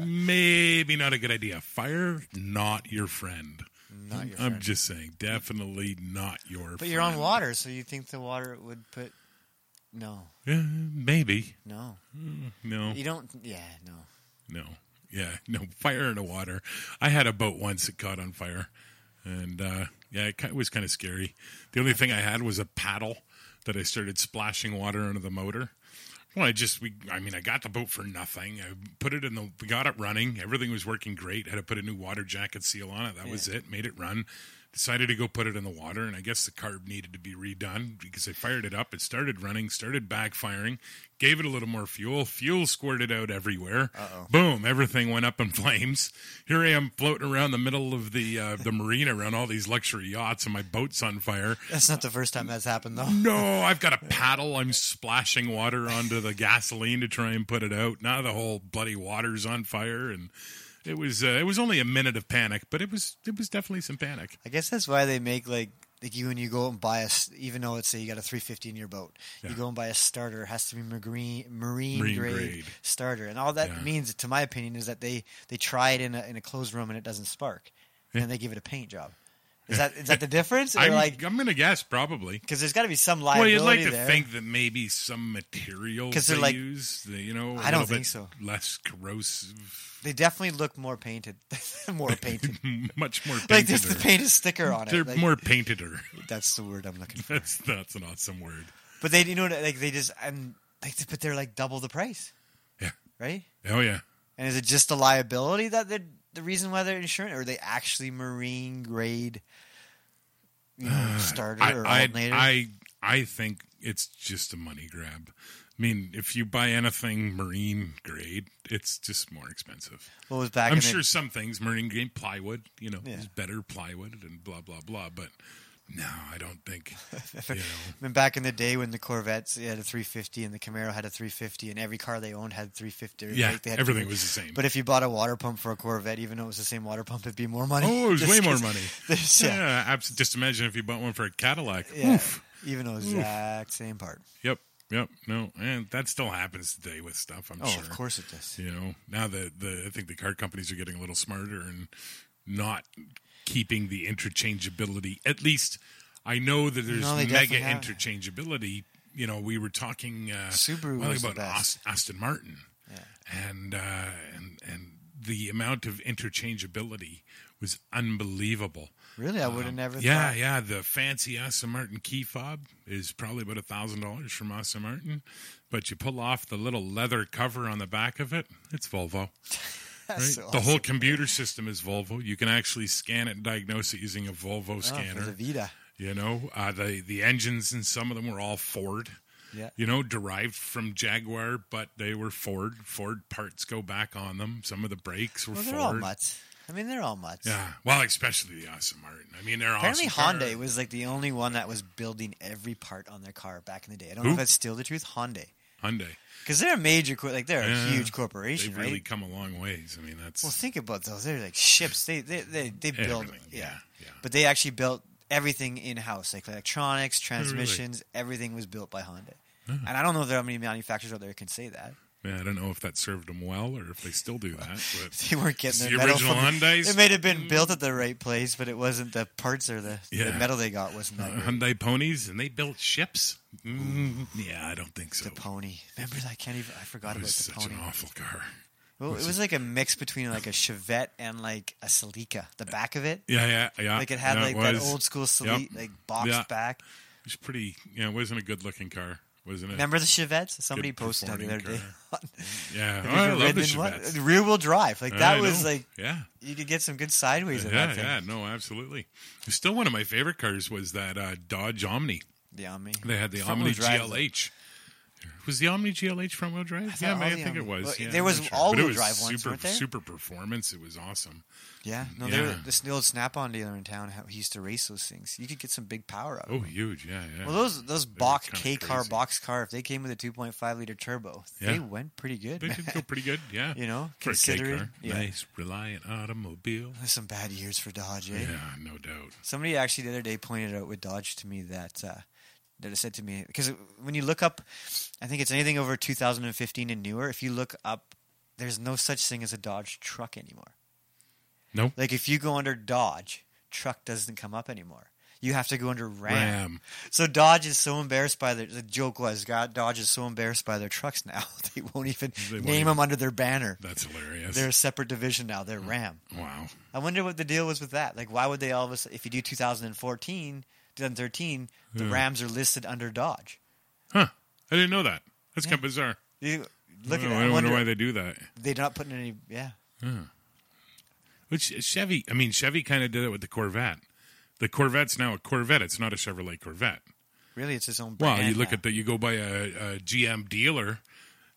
[SPEAKER 1] maybe not a good idea. Fire, not your friend.
[SPEAKER 2] Not your
[SPEAKER 1] I'm
[SPEAKER 2] friend.
[SPEAKER 1] just saying, definitely not your. friend.
[SPEAKER 2] But you're on water, so you think the water would put. No,
[SPEAKER 1] Yeah, maybe
[SPEAKER 2] no.
[SPEAKER 1] no.
[SPEAKER 2] You don't. Yeah, no.
[SPEAKER 1] No. Yeah. No fire in the water. I had a boat once that caught on fire, and uh, yeah, it ki- was kind of scary. The only thing I had was a paddle that I started splashing water into the motor. Well, I just we. I mean, I got the boat for nothing. I put it in the. We got it running. Everything was working great. Had to put a new water jacket seal on it. That was it. Made it run. Decided to go put it in the water, and I guess the carb needed to be redone because I fired it up. It started running, started backfiring, gave it a little more fuel. Fuel squirted out everywhere. Boom! Everything went up in flames. Here I am floating around the middle of the uh, the marina around all these luxury yachts, and my boat's on fire.
[SPEAKER 2] That's not the first time that's happened, though.
[SPEAKER 1] No, I've got a paddle. I'm splashing water onto the gasoline to try and put it out. Now the whole bloody water's on fire, and it was uh, it was only a minute of panic, but it was it was definitely some panic.
[SPEAKER 2] I guess that's why they make like like you and you go out and buy a s- even though it's say you got a 350 in your boat, you go and buy a starter it has to be marine marine,
[SPEAKER 1] Marine
[SPEAKER 2] grade,
[SPEAKER 1] grade.
[SPEAKER 2] starter, and all that
[SPEAKER 1] Yeah.
[SPEAKER 2] means, to my opinion, is that they they try it in a in a closed room and it doesn't spark, and then they give it a paint job. Is that is that the difference? Or
[SPEAKER 1] I'm
[SPEAKER 2] like
[SPEAKER 1] I'm gonna guess probably.
[SPEAKER 2] because there's got to be some
[SPEAKER 1] Well,
[SPEAKER 2] liability
[SPEAKER 1] you'd like to
[SPEAKER 2] there.
[SPEAKER 1] think that maybe some materials
[SPEAKER 2] 'Cause
[SPEAKER 1] they
[SPEAKER 2] they're like-
[SPEAKER 1] use, the, you know, a
[SPEAKER 2] I don't
[SPEAKER 1] little
[SPEAKER 2] think
[SPEAKER 1] bit
[SPEAKER 2] so.
[SPEAKER 1] less corrosive,
[SPEAKER 2] They definitely look more painted, more painted.
[SPEAKER 1] much more
[SPEAKER 2] like there's
[SPEAKER 1] painted.
[SPEAKER 2] the paint is thicker on
[SPEAKER 1] they're
[SPEAKER 2] it. Like,
[SPEAKER 1] more painteder.
[SPEAKER 2] that's the word I'm looking for.
[SPEAKER 1] That's that's an awesome word.
[SPEAKER 2] But they, you know, like they just and like, but they're like double the price,
[SPEAKER 1] Yeah.
[SPEAKER 2] right?
[SPEAKER 1] Oh yeah.
[SPEAKER 2] And is it just the liability that they're the reason why they're insurance, or are they actually marine grade, you know, starter
[SPEAKER 1] I,
[SPEAKER 2] or
[SPEAKER 1] I,
[SPEAKER 2] alternator?
[SPEAKER 1] I I think it's just a money grab. I mean, if you buy anything marine grade, it's just more expensive.
[SPEAKER 2] what was back?
[SPEAKER 1] I'm
[SPEAKER 2] in
[SPEAKER 1] sure
[SPEAKER 2] The,
[SPEAKER 1] some things marine grade plywood, you know,
[SPEAKER 2] Yeah.
[SPEAKER 1] is better plywood and blah blah blah. But no, I don't think. You know,
[SPEAKER 2] I mean, back in the day when the Corvettes had a 350 and the Camaro had a 350, and every car they owned had 350. or,
[SPEAKER 1] yeah,
[SPEAKER 2] like, they had
[SPEAKER 1] everything
[SPEAKER 2] 350.
[SPEAKER 1] was the same.
[SPEAKER 2] But if you bought a water pump for a Corvette, even though it was the same water pump, it'd be more money.
[SPEAKER 1] oh, it was
[SPEAKER 2] Just
[SPEAKER 1] way more
[SPEAKER 2] 'cause
[SPEAKER 1] money.
[SPEAKER 2] there's-
[SPEAKER 1] Yeah,
[SPEAKER 2] yeah,
[SPEAKER 1] abs- just imagine if you bought one for a Cadillac.
[SPEAKER 2] uh, yeah,
[SPEAKER 1] Oof.
[SPEAKER 2] even though exact same part.
[SPEAKER 1] Yep. Yep. No, and that still happens today with stuff. I'm
[SPEAKER 2] Oh,
[SPEAKER 1] sure.
[SPEAKER 2] of course it does.
[SPEAKER 1] You know, now that the I think the card companies are getting a little smarter and not keeping the interchangeability. At least I know that there's
[SPEAKER 2] No, they
[SPEAKER 1] mega
[SPEAKER 2] definitely have.
[SPEAKER 1] interchangeability. You know, we were talking uh,
[SPEAKER 2] Subaru
[SPEAKER 1] well,
[SPEAKER 2] was the
[SPEAKER 1] about Aus-
[SPEAKER 2] best.
[SPEAKER 1] Aston Martin, and uh, and and the amount of interchangeability was unbelievable.
[SPEAKER 2] Really, I would have never.
[SPEAKER 1] Yeah,
[SPEAKER 2] thought.
[SPEAKER 1] yeah. The fancy Aston Martin key fob is probably about a thousand dollars from Aston Martin, but you pull off the little leather cover on the back of it, it's Volvo. Right?
[SPEAKER 2] That's
[SPEAKER 1] The
[SPEAKER 2] awesome.
[SPEAKER 1] whole computer system is Volvo. You can actually scan it and diagnose it using a Volvo
[SPEAKER 2] Oh,
[SPEAKER 1] scanner.
[SPEAKER 2] for the Vita.
[SPEAKER 1] You know, uh, the the engines and some of them were all Ford.
[SPEAKER 2] Yeah.
[SPEAKER 1] You know, derived from Jaguar, but they were Ford. Ford parts go back on them. Some of the brakes were
[SPEAKER 2] Well, they're all
[SPEAKER 1] Ford.
[SPEAKER 2] mutts. I mean, they're all mutts.
[SPEAKER 1] yeah, well, especially the Aston Martin. I mean, they're
[SPEAKER 2] Apparently,
[SPEAKER 1] awesome
[SPEAKER 2] Hyundai
[SPEAKER 1] cars.
[SPEAKER 2] was like the only one that was building every part on their car back in the day. I don't
[SPEAKER 1] Who?
[SPEAKER 2] know if that's still the truth. Hyundai,
[SPEAKER 1] Hyundai.
[SPEAKER 2] because they're a major, cor- like they're
[SPEAKER 1] Yeah.
[SPEAKER 2] a huge corporation,
[SPEAKER 1] They've really
[SPEAKER 2] right?
[SPEAKER 1] come a long ways. I mean, that's
[SPEAKER 2] Well, think about those. They're like ships. They they they, they build,
[SPEAKER 1] Everything,
[SPEAKER 2] yeah.
[SPEAKER 1] yeah, yeah.
[SPEAKER 2] But they actually built everything in house, like electronics, transmissions. Everything was built by Hyundai. And I don't know if there are many manufacturers out there who can say that
[SPEAKER 1] yeah, I don't know if that served them well or if they still do that. But
[SPEAKER 2] they weren't getting their
[SPEAKER 1] The
[SPEAKER 2] metal
[SPEAKER 1] original
[SPEAKER 2] from-
[SPEAKER 1] Hyundais?
[SPEAKER 2] It may have been built at the right place, but it wasn't the parts or the, the
[SPEAKER 1] Yeah.
[SPEAKER 2] metal they got wasn't that. great.
[SPEAKER 1] uh, Hyundai ponies and they built ships. Mm, yeah, I don't think so.
[SPEAKER 2] The pony. Remember, I can't even. I forgot
[SPEAKER 1] it
[SPEAKER 2] about
[SPEAKER 1] was
[SPEAKER 2] the
[SPEAKER 1] such
[SPEAKER 2] pony.
[SPEAKER 1] an awful car.
[SPEAKER 2] Well, it was like a mix between like a Chevette and like a Celica. The back of it,
[SPEAKER 1] Yeah, yeah, yeah.
[SPEAKER 2] like it had
[SPEAKER 1] yeah,
[SPEAKER 2] like that
[SPEAKER 1] was.
[SPEAKER 2] old school Celica,
[SPEAKER 1] Yep.
[SPEAKER 2] like boxed
[SPEAKER 1] Yeah.
[SPEAKER 2] back.
[SPEAKER 1] It was pretty. Yeah, it wasn't a good looking car, wasn't it?
[SPEAKER 2] Remember the Chevettes? Somebody
[SPEAKER 1] Good
[SPEAKER 2] posted that the other
[SPEAKER 1] performing
[SPEAKER 2] day.
[SPEAKER 1] yeah,
[SPEAKER 2] Have
[SPEAKER 1] oh,
[SPEAKER 2] you
[SPEAKER 1] I
[SPEAKER 2] ever
[SPEAKER 1] love the
[SPEAKER 2] ridden in one?
[SPEAKER 1] Chevettes.
[SPEAKER 2] Rear wheel drive. Like that
[SPEAKER 1] I
[SPEAKER 2] was
[SPEAKER 1] know.
[SPEAKER 2] like
[SPEAKER 1] yeah.
[SPEAKER 2] you could get some good sideways in
[SPEAKER 1] Yeah,
[SPEAKER 2] that thing.
[SPEAKER 1] yeah, no, absolutely. Still, one of my favorite cars was that uh, Dodge Omni.
[SPEAKER 2] The Omni.
[SPEAKER 1] They had the
[SPEAKER 2] Front-wheel
[SPEAKER 1] Omni
[SPEAKER 2] drive.
[SPEAKER 1] GLH. Was the Omni GLH front wheel drive?
[SPEAKER 2] thought
[SPEAKER 1] Yeah,
[SPEAKER 2] all
[SPEAKER 1] man, I
[SPEAKER 2] the
[SPEAKER 1] think it
[SPEAKER 2] Omni-
[SPEAKER 1] was.
[SPEAKER 2] well,
[SPEAKER 1] yeah,
[SPEAKER 2] there
[SPEAKER 1] I'm
[SPEAKER 2] was
[SPEAKER 1] not
[SPEAKER 2] all-wheel
[SPEAKER 1] But it was
[SPEAKER 2] drive ones,
[SPEAKER 1] super,
[SPEAKER 2] weren't there?
[SPEAKER 1] Super performance. It was awesome.
[SPEAKER 2] Yeah, no, they were,
[SPEAKER 1] Yeah.
[SPEAKER 2] this the old Snap-on dealer in town. How he used to race those things. You could get some big power out. of
[SPEAKER 1] Oh,
[SPEAKER 2] it.
[SPEAKER 1] huge. Yeah, yeah.
[SPEAKER 2] Well, those those Bach
[SPEAKER 1] kinda
[SPEAKER 2] K car
[SPEAKER 1] crazy.
[SPEAKER 2] box car, if they came with a 2.5 liter turbo,
[SPEAKER 1] Yeah.
[SPEAKER 2] they went pretty good.
[SPEAKER 1] they
[SPEAKER 2] man.
[SPEAKER 1] did go pretty good. Yeah,
[SPEAKER 2] you know,
[SPEAKER 1] for a K
[SPEAKER 2] considering
[SPEAKER 1] car,
[SPEAKER 2] yeah,
[SPEAKER 1] nice, reliant automobile.
[SPEAKER 2] some bad years for Dodge. Eh?
[SPEAKER 1] Yeah, no doubt.
[SPEAKER 2] Somebody actually the other day pointed out with Dodge to me that uh, that it said to me because when you look up, I think it's anything over 2015 and newer. If you look up, there's no such thing as a Dodge truck anymore.
[SPEAKER 1] No.
[SPEAKER 2] Like if you go under Dodge, truck doesn't come up anymore. You have to go under Ram.
[SPEAKER 1] Ram.
[SPEAKER 2] So Dodge is so embarrassed by their. The joke was, God, Dodge is so embarrassed by their trucks now they won't even
[SPEAKER 1] They won't
[SPEAKER 2] name
[SPEAKER 1] even- Mm.
[SPEAKER 2] them under their banner.
[SPEAKER 1] That's hilarious.
[SPEAKER 2] They're a separate division now. They're Ram.
[SPEAKER 1] wow.
[SPEAKER 2] I wonder what the deal was with that. Like, why would they all of a sudden, if you do 2014, 2013, the
[SPEAKER 1] Yeah.
[SPEAKER 2] Rams are listed under Dodge.
[SPEAKER 1] Huh. I didn't know that. That's kind of bizarre.
[SPEAKER 2] You look
[SPEAKER 1] Oh,
[SPEAKER 2] at that.
[SPEAKER 1] I
[SPEAKER 2] I
[SPEAKER 1] wonder
[SPEAKER 2] wonder
[SPEAKER 1] why they do that.
[SPEAKER 2] they're not putting any. Yeah,
[SPEAKER 1] Which uh, Chevy? I mean, Chevy kind of did it with the Corvette. The Corvette's now a Corvette. It's not a Chevrolet Corvette.
[SPEAKER 2] really, it's his own brand.
[SPEAKER 1] Well, you look
[SPEAKER 2] now.
[SPEAKER 1] at the you go by a, a GM dealer,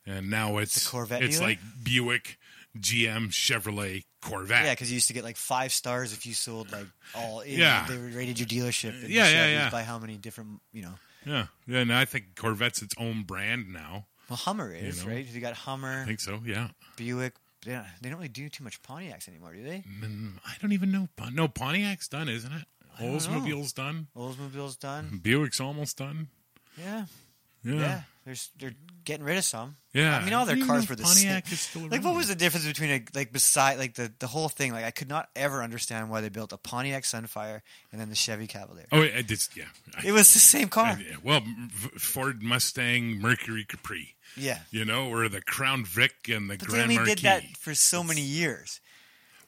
[SPEAKER 1] and now it's
[SPEAKER 2] The Corvette
[SPEAKER 1] It's
[SPEAKER 2] dealer?
[SPEAKER 1] like Buick, GM, Chevrolet, Corvette.
[SPEAKER 2] Yeah, because you used to get like five stars if you sold like all.
[SPEAKER 1] Yeah.
[SPEAKER 2] Yeah, they rated your dealership. and the
[SPEAKER 1] Yeah, yeah,
[SPEAKER 2] Chevys
[SPEAKER 1] yeah.
[SPEAKER 2] By how many different, you know.
[SPEAKER 1] yeah, yeah. And I think Corvette's its own brand now.
[SPEAKER 2] Well, Hummer is
[SPEAKER 1] know?
[SPEAKER 2] right. You got Hummer,
[SPEAKER 1] I think so. Yeah.
[SPEAKER 2] Buick. They don't, they don't really do too much Pontiacs anymore, do they?
[SPEAKER 1] Mm, I don't even know. Pon- No, Pontiac's done, isn't it?
[SPEAKER 2] don't know.
[SPEAKER 1] Oldsmobile's done.
[SPEAKER 2] Oldsmobile's done.
[SPEAKER 1] Buick's almost done.
[SPEAKER 2] Yeah,
[SPEAKER 1] Mm. Yeah.
[SPEAKER 2] yeah. There's they're getting rid of some.
[SPEAKER 1] Yeah.
[SPEAKER 2] I mean, all their
[SPEAKER 1] Even
[SPEAKER 2] cars
[SPEAKER 1] if
[SPEAKER 2] were the
[SPEAKER 1] Pontiac
[SPEAKER 2] same.
[SPEAKER 1] is still
[SPEAKER 2] Like, what
[SPEAKER 1] around.
[SPEAKER 2] was the difference between a like beside like the the whole thing? Like, I could not ever understand why they built a Pontiac Sunfire and then the Chevy Cavalier.
[SPEAKER 1] Oh, it, it's yeah. I-
[SPEAKER 2] It was the same car.
[SPEAKER 1] Yeah, well, M- F- Ford Mustang, Mercury Capri,
[SPEAKER 2] Yeah,
[SPEAKER 1] you know, or the Crown Vic and the
[SPEAKER 2] but
[SPEAKER 1] Grand
[SPEAKER 2] they only
[SPEAKER 1] Marquis.
[SPEAKER 2] did that for so many years.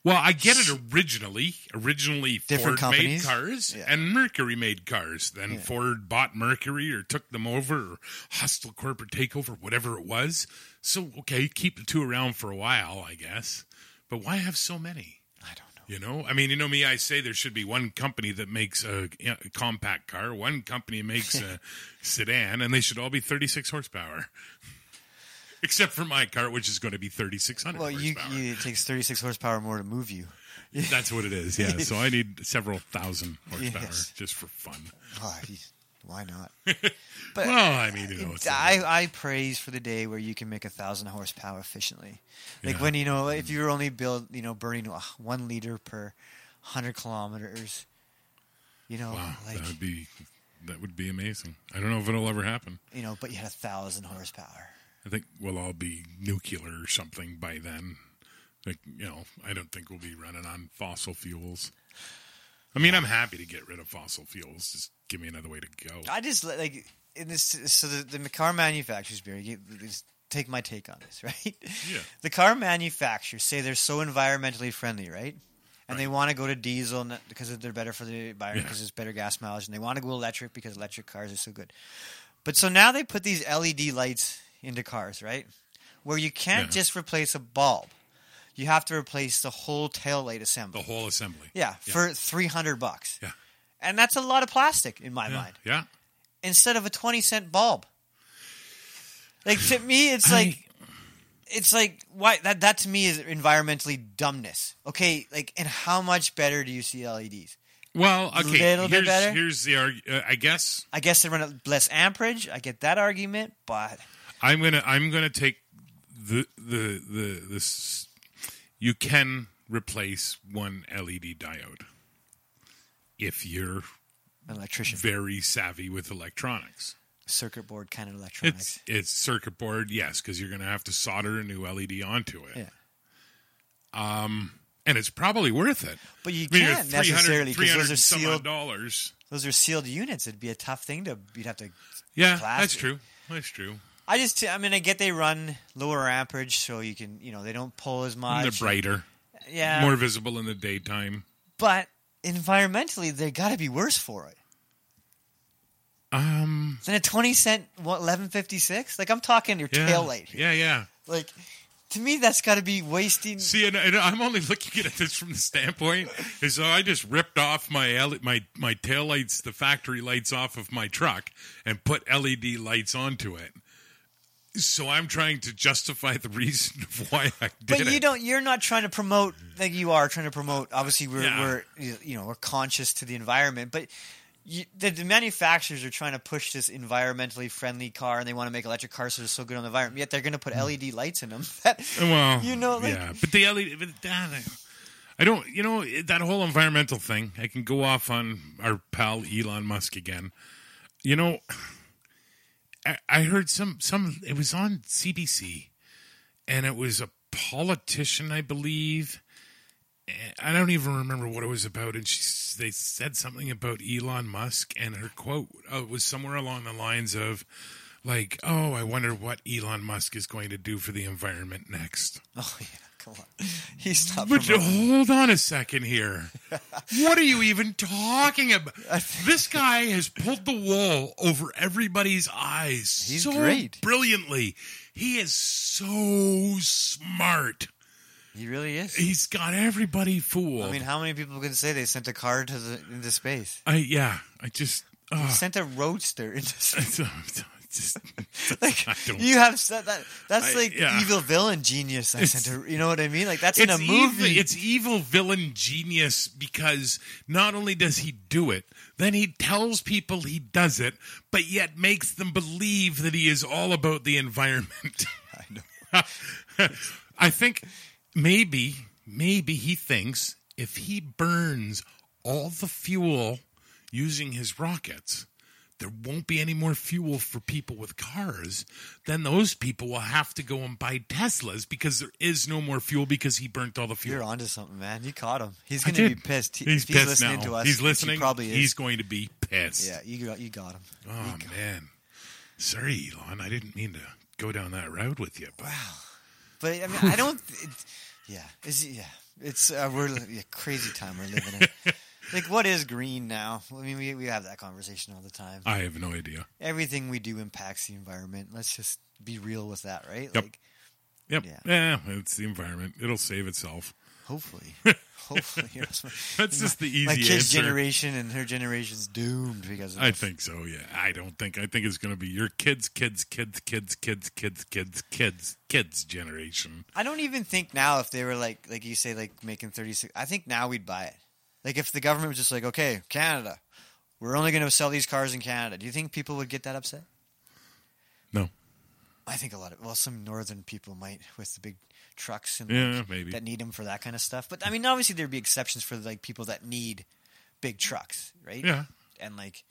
[SPEAKER 1] Well, I get it originally. Originally, Ford
[SPEAKER 2] Different
[SPEAKER 1] made
[SPEAKER 2] companies.
[SPEAKER 1] cars
[SPEAKER 2] Yeah.
[SPEAKER 1] and Mercury made cars. Then
[SPEAKER 2] Yeah.
[SPEAKER 1] Ford bought Mercury or took them over or hostile corporate takeover, whatever it was. So, okay, keep the two around for a while, I guess. But why have so many?
[SPEAKER 2] I don't know.
[SPEAKER 1] You know, I mean, you know me. I say there should be one company that makes a, a compact car, one company makes a sedan, and they should all be 36 horsepower. Except for my car, which is going to be 3600
[SPEAKER 2] Well, you,
[SPEAKER 1] horsepower.
[SPEAKER 2] you it takes 36 horsepower more to move you.
[SPEAKER 1] That's what it is. Yeah. so I need several thousand horsepower
[SPEAKER 2] Yes.
[SPEAKER 1] just for fun.
[SPEAKER 2] Oh, you- why not?
[SPEAKER 1] Well, I mean, you know, it's
[SPEAKER 2] Uh, I, I praise for the day where you can make a thousand horsepower efficiently. Like
[SPEAKER 1] Yeah.
[SPEAKER 2] when you know if you were only build you know burning uh, one liter per hundred kilometers, you know
[SPEAKER 1] wow, Ah,
[SPEAKER 2] like
[SPEAKER 1] that would be That would be amazing. I don't know if it'll ever happen.
[SPEAKER 2] you know, but you had a thousand horsepower.
[SPEAKER 1] I think we'll all be nuclear or something by then. Like, you know, I don't think we'll be running on fossil fuels. I mean, I'm happy to get rid of fossil fuels. Just give me another way to go.
[SPEAKER 2] I just li- like in this. So the, the car manufacturers, Barry, you- just take my take on this, right?
[SPEAKER 1] Yeah.
[SPEAKER 2] The car manufacturers say they're so environmentally friendly, right? And they want to go to diesel n- because they're better for the environment
[SPEAKER 1] Yeah.
[SPEAKER 2] because it's better gas mileage, and they want to go electric because electric cars are so good. But so now they put these LED lights into cars, right? Where you can't
[SPEAKER 1] Yeah.
[SPEAKER 2] just replace a bulb; you have to replace the whole tail light assembly.
[SPEAKER 1] The whole assembly.
[SPEAKER 2] yeah,
[SPEAKER 1] Yeah.
[SPEAKER 2] for three hundred bucks,
[SPEAKER 1] Yeah.
[SPEAKER 2] and that's a lot of plastic in my
[SPEAKER 1] Yeah.
[SPEAKER 2] mind
[SPEAKER 1] Yeah.
[SPEAKER 2] instead of a 20 cent bulb. Like to me it's
[SPEAKER 1] I-
[SPEAKER 2] like it's like why that that to me is environmentally dumbness. Okay, like and how much better do you see E LEDs?
[SPEAKER 1] Well, okay.
[SPEAKER 2] Little
[SPEAKER 1] here's,
[SPEAKER 2] bit better?
[SPEAKER 1] Here's the argument. Uh, I guess
[SPEAKER 2] I guess they run at less amperage. I get that argument, but
[SPEAKER 1] I'm gonna I'm gonna take the the the this. You can replace one LED diode if you're
[SPEAKER 2] an electrician
[SPEAKER 1] very savvy with electronics.
[SPEAKER 2] circuit board kind of electronics.
[SPEAKER 1] It's it's circuit board, yes, because you're going to have to solder a new LED onto it. Um,
[SPEAKER 2] Yeah.
[SPEAKER 1] And it's probably worth it.
[SPEAKER 2] But you
[SPEAKER 1] I mean, you're
[SPEAKER 2] can't necessarily
[SPEAKER 1] 300
[SPEAKER 2] because those
[SPEAKER 1] 300
[SPEAKER 2] are
[SPEAKER 1] some odd
[SPEAKER 2] sealed
[SPEAKER 1] dollars.
[SPEAKER 2] those are sealed units. It'd be a tough thing to you'd have to
[SPEAKER 1] Yeah, that's
[SPEAKER 2] Plastic.
[SPEAKER 1] true. That's true.
[SPEAKER 2] I just I mean I get they run lower amperage so you can, you know, they don't pull as
[SPEAKER 1] And
[SPEAKER 2] much.
[SPEAKER 1] they're brighter,
[SPEAKER 2] Yeah.
[SPEAKER 1] more visible in the daytime.
[SPEAKER 2] but environmentally they got to be worse for it
[SPEAKER 1] Um,
[SPEAKER 2] than a 20 cent what 1156 like i'm talking your
[SPEAKER 1] yeah,
[SPEAKER 2] tail light here.
[SPEAKER 1] Yeah, yeah.
[SPEAKER 2] like to me that's got to be wasting
[SPEAKER 1] See, and, and I'm only looking at this from the standpoint is so I just ripped off my L- my my tail lights, the factory lights off of my truck, and put LED lights onto it. So I'm trying to justify the reason of why I did
[SPEAKER 2] but
[SPEAKER 1] it.
[SPEAKER 2] you don't you're not trying to promote like you are trying to promote obviously we're
[SPEAKER 1] Yeah.
[SPEAKER 2] we're you know we're conscious to the environment but you, the, the manufacturers are trying to push this environmentally friendly car and they want to make electric cars that are so good on the environment yet they're going to
[SPEAKER 1] Mm.
[SPEAKER 2] put led lights in them that
[SPEAKER 1] Well,
[SPEAKER 2] you know like
[SPEAKER 1] Oh, yeah, but the LED, but that, I don't, you know, it- that whole environmental thing. I can go off on our pal Elon Musk again. You know, I, I heard some some. It was on CBC, and it was a politician, I believe. And I don't even remember what it was about, and she s- they said something about Elon Musk, and her quote uh, was somewhere along the lines of, "Like, oh, I wonder what Elon Musk is going to do for the environment next."
[SPEAKER 2] oh yeah come on he's not
[SPEAKER 1] But
[SPEAKER 2] promoting-
[SPEAKER 1] hold on a second here. what are you even talking about? This guy has pulled the wool over everybody's eyes.
[SPEAKER 2] He's
[SPEAKER 1] so
[SPEAKER 2] great.
[SPEAKER 1] Brilliantly. He is so smart.
[SPEAKER 2] he really is
[SPEAKER 1] He's got everybody fooled.
[SPEAKER 2] I mean, how many people can say they sent a car to the into space?
[SPEAKER 1] I- yeah, I just. Uh,
[SPEAKER 2] Sent a roadster into space.
[SPEAKER 1] just
[SPEAKER 2] Like,
[SPEAKER 1] I don't-
[SPEAKER 2] you have said that. That's
[SPEAKER 1] I-
[SPEAKER 2] like
[SPEAKER 1] yeah.
[SPEAKER 2] evil villain genius. I
[SPEAKER 1] It's-
[SPEAKER 2] sent a, You know what I mean? Like that's in a
[SPEAKER 1] it's
[SPEAKER 2] movie.
[SPEAKER 1] Evil, it's evil villain genius because not only does he do it, then he tells people he does it, but yet makes them believe that he is all about the environment. I know. I think maybe, maybe he thinks if he burns all the fuel using his rockets, there won't be any more fuel for people with cars, then those people will have to go and buy Teslas because there is no more fuel because he burnt all the fuel.
[SPEAKER 2] You're onto something, man. You caught him. He's
[SPEAKER 1] I
[SPEAKER 2] gonna be
[SPEAKER 1] did.
[SPEAKER 2] pissed. He-
[SPEAKER 1] he's
[SPEAKER 2] if he's
[SPEAKER 1] pissed
[SPEAKER 2] listening
[SPEAKER 1] now.
[SPEAKER 2] to us.
[SPEAKER 1] He's
[SPEAKER 2] which
[SPEAKER 1] listening.
[SPEAKER 2] He probably is.
[SPEAKER 1] He's going to be pissed.
[SPEAKER 2] yeah, you got you got him.
[SPEAKER 1] Oh man, sorry, Elon. I didn't mean to go down that road with you. But
[SPEAKER 2] But I mean, I don't. It, yeah, is yeah. It's uh, we're li- yeah, crazy time we're living in. like, what is green now? I mean, we we have that conversation all the time.
[SPEAKER 1] I have no idea.
[SPEAKER 2] everything we do impacts the environment. Let's just be real with that, right?
[SPEAKER 1] Yep.
[SPEAKER 2] Like
[SPEAKER 1] Yep.
[SPEAKER 2] Yeah.
[SPEAKER 1] Yeah, it's the environment. It'll save itself.
[SPEAKER 2] hopefully. hopefully. you know, so-
[SPEAKER 1] That's just the easy
[SPEAKER 2] My kid's
[SPEAKER 1] answer.
[SPEAKER 2] generation and her generation's doomed because of
[SPEAKER 1] I
[SPEAKER 2] this.
[SPEAKER 1] think so. Yeah. I don't think. I think it's going to be your kids, kids, kids, kids, kids, kids, kids, kids, kids generation.
[SPEAKER 2] I don't even think now if they were like like you say like making 36 I think now we'd buy it. Like if the government was just like, "Okay, Canada, we're only going to sell these cars in Canada." Do you think people would get that upset?
[SPEAKER 1] No.
[SPEAKER 2] I think a lot of well, some northern people might with the big trucks and
[SPEAKER 1] Yeah,
[SPEAKER 2] like,
[SPEAKER 1] maybe.
[SPEAKER 2] that need them for that kind of stuff. But I mean, obviously there'd be exceptions for like people that need big trucks, right?
[SPEAKER 1] Yeah.
[SPEAKER 2] and like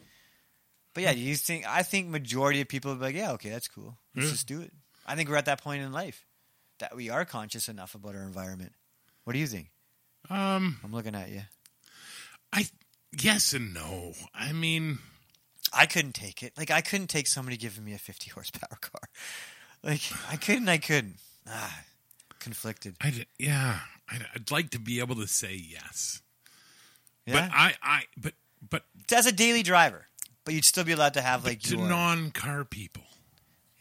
[SPEAKER 2] But yeah, you think I think majority of people would be like, yeah, okay, that's cool. Let's
[SPEAKER 1] Yeah.
[SPEAKER 2] just do it. I think we're at that point in life that we are conscious enough about our environment. What do you think?
[SPEAKER 1] Um,
[SPEAKER 2] I'm looking at you.
[SPEAKER 1] I yes and no. I mean,
[SPEAKER 2] I couldn't take it. Like I couldn't take somebody giving me a 50 horsepower car. Like I couldn't. I couldn't. Ah, conflicted.
[SPEAKER 1] I yeah, I'd, I'd like to be able to say yes,
[SPEAKER 2] Yeah,
[SPEAKER 1] but I I but but
[SPEAKER 2] as a daily driver, but you'd still be allowed to have like
[SPEAKER 1] to
[SPEAKER 2] your
[SPEAKER 1] non-car people.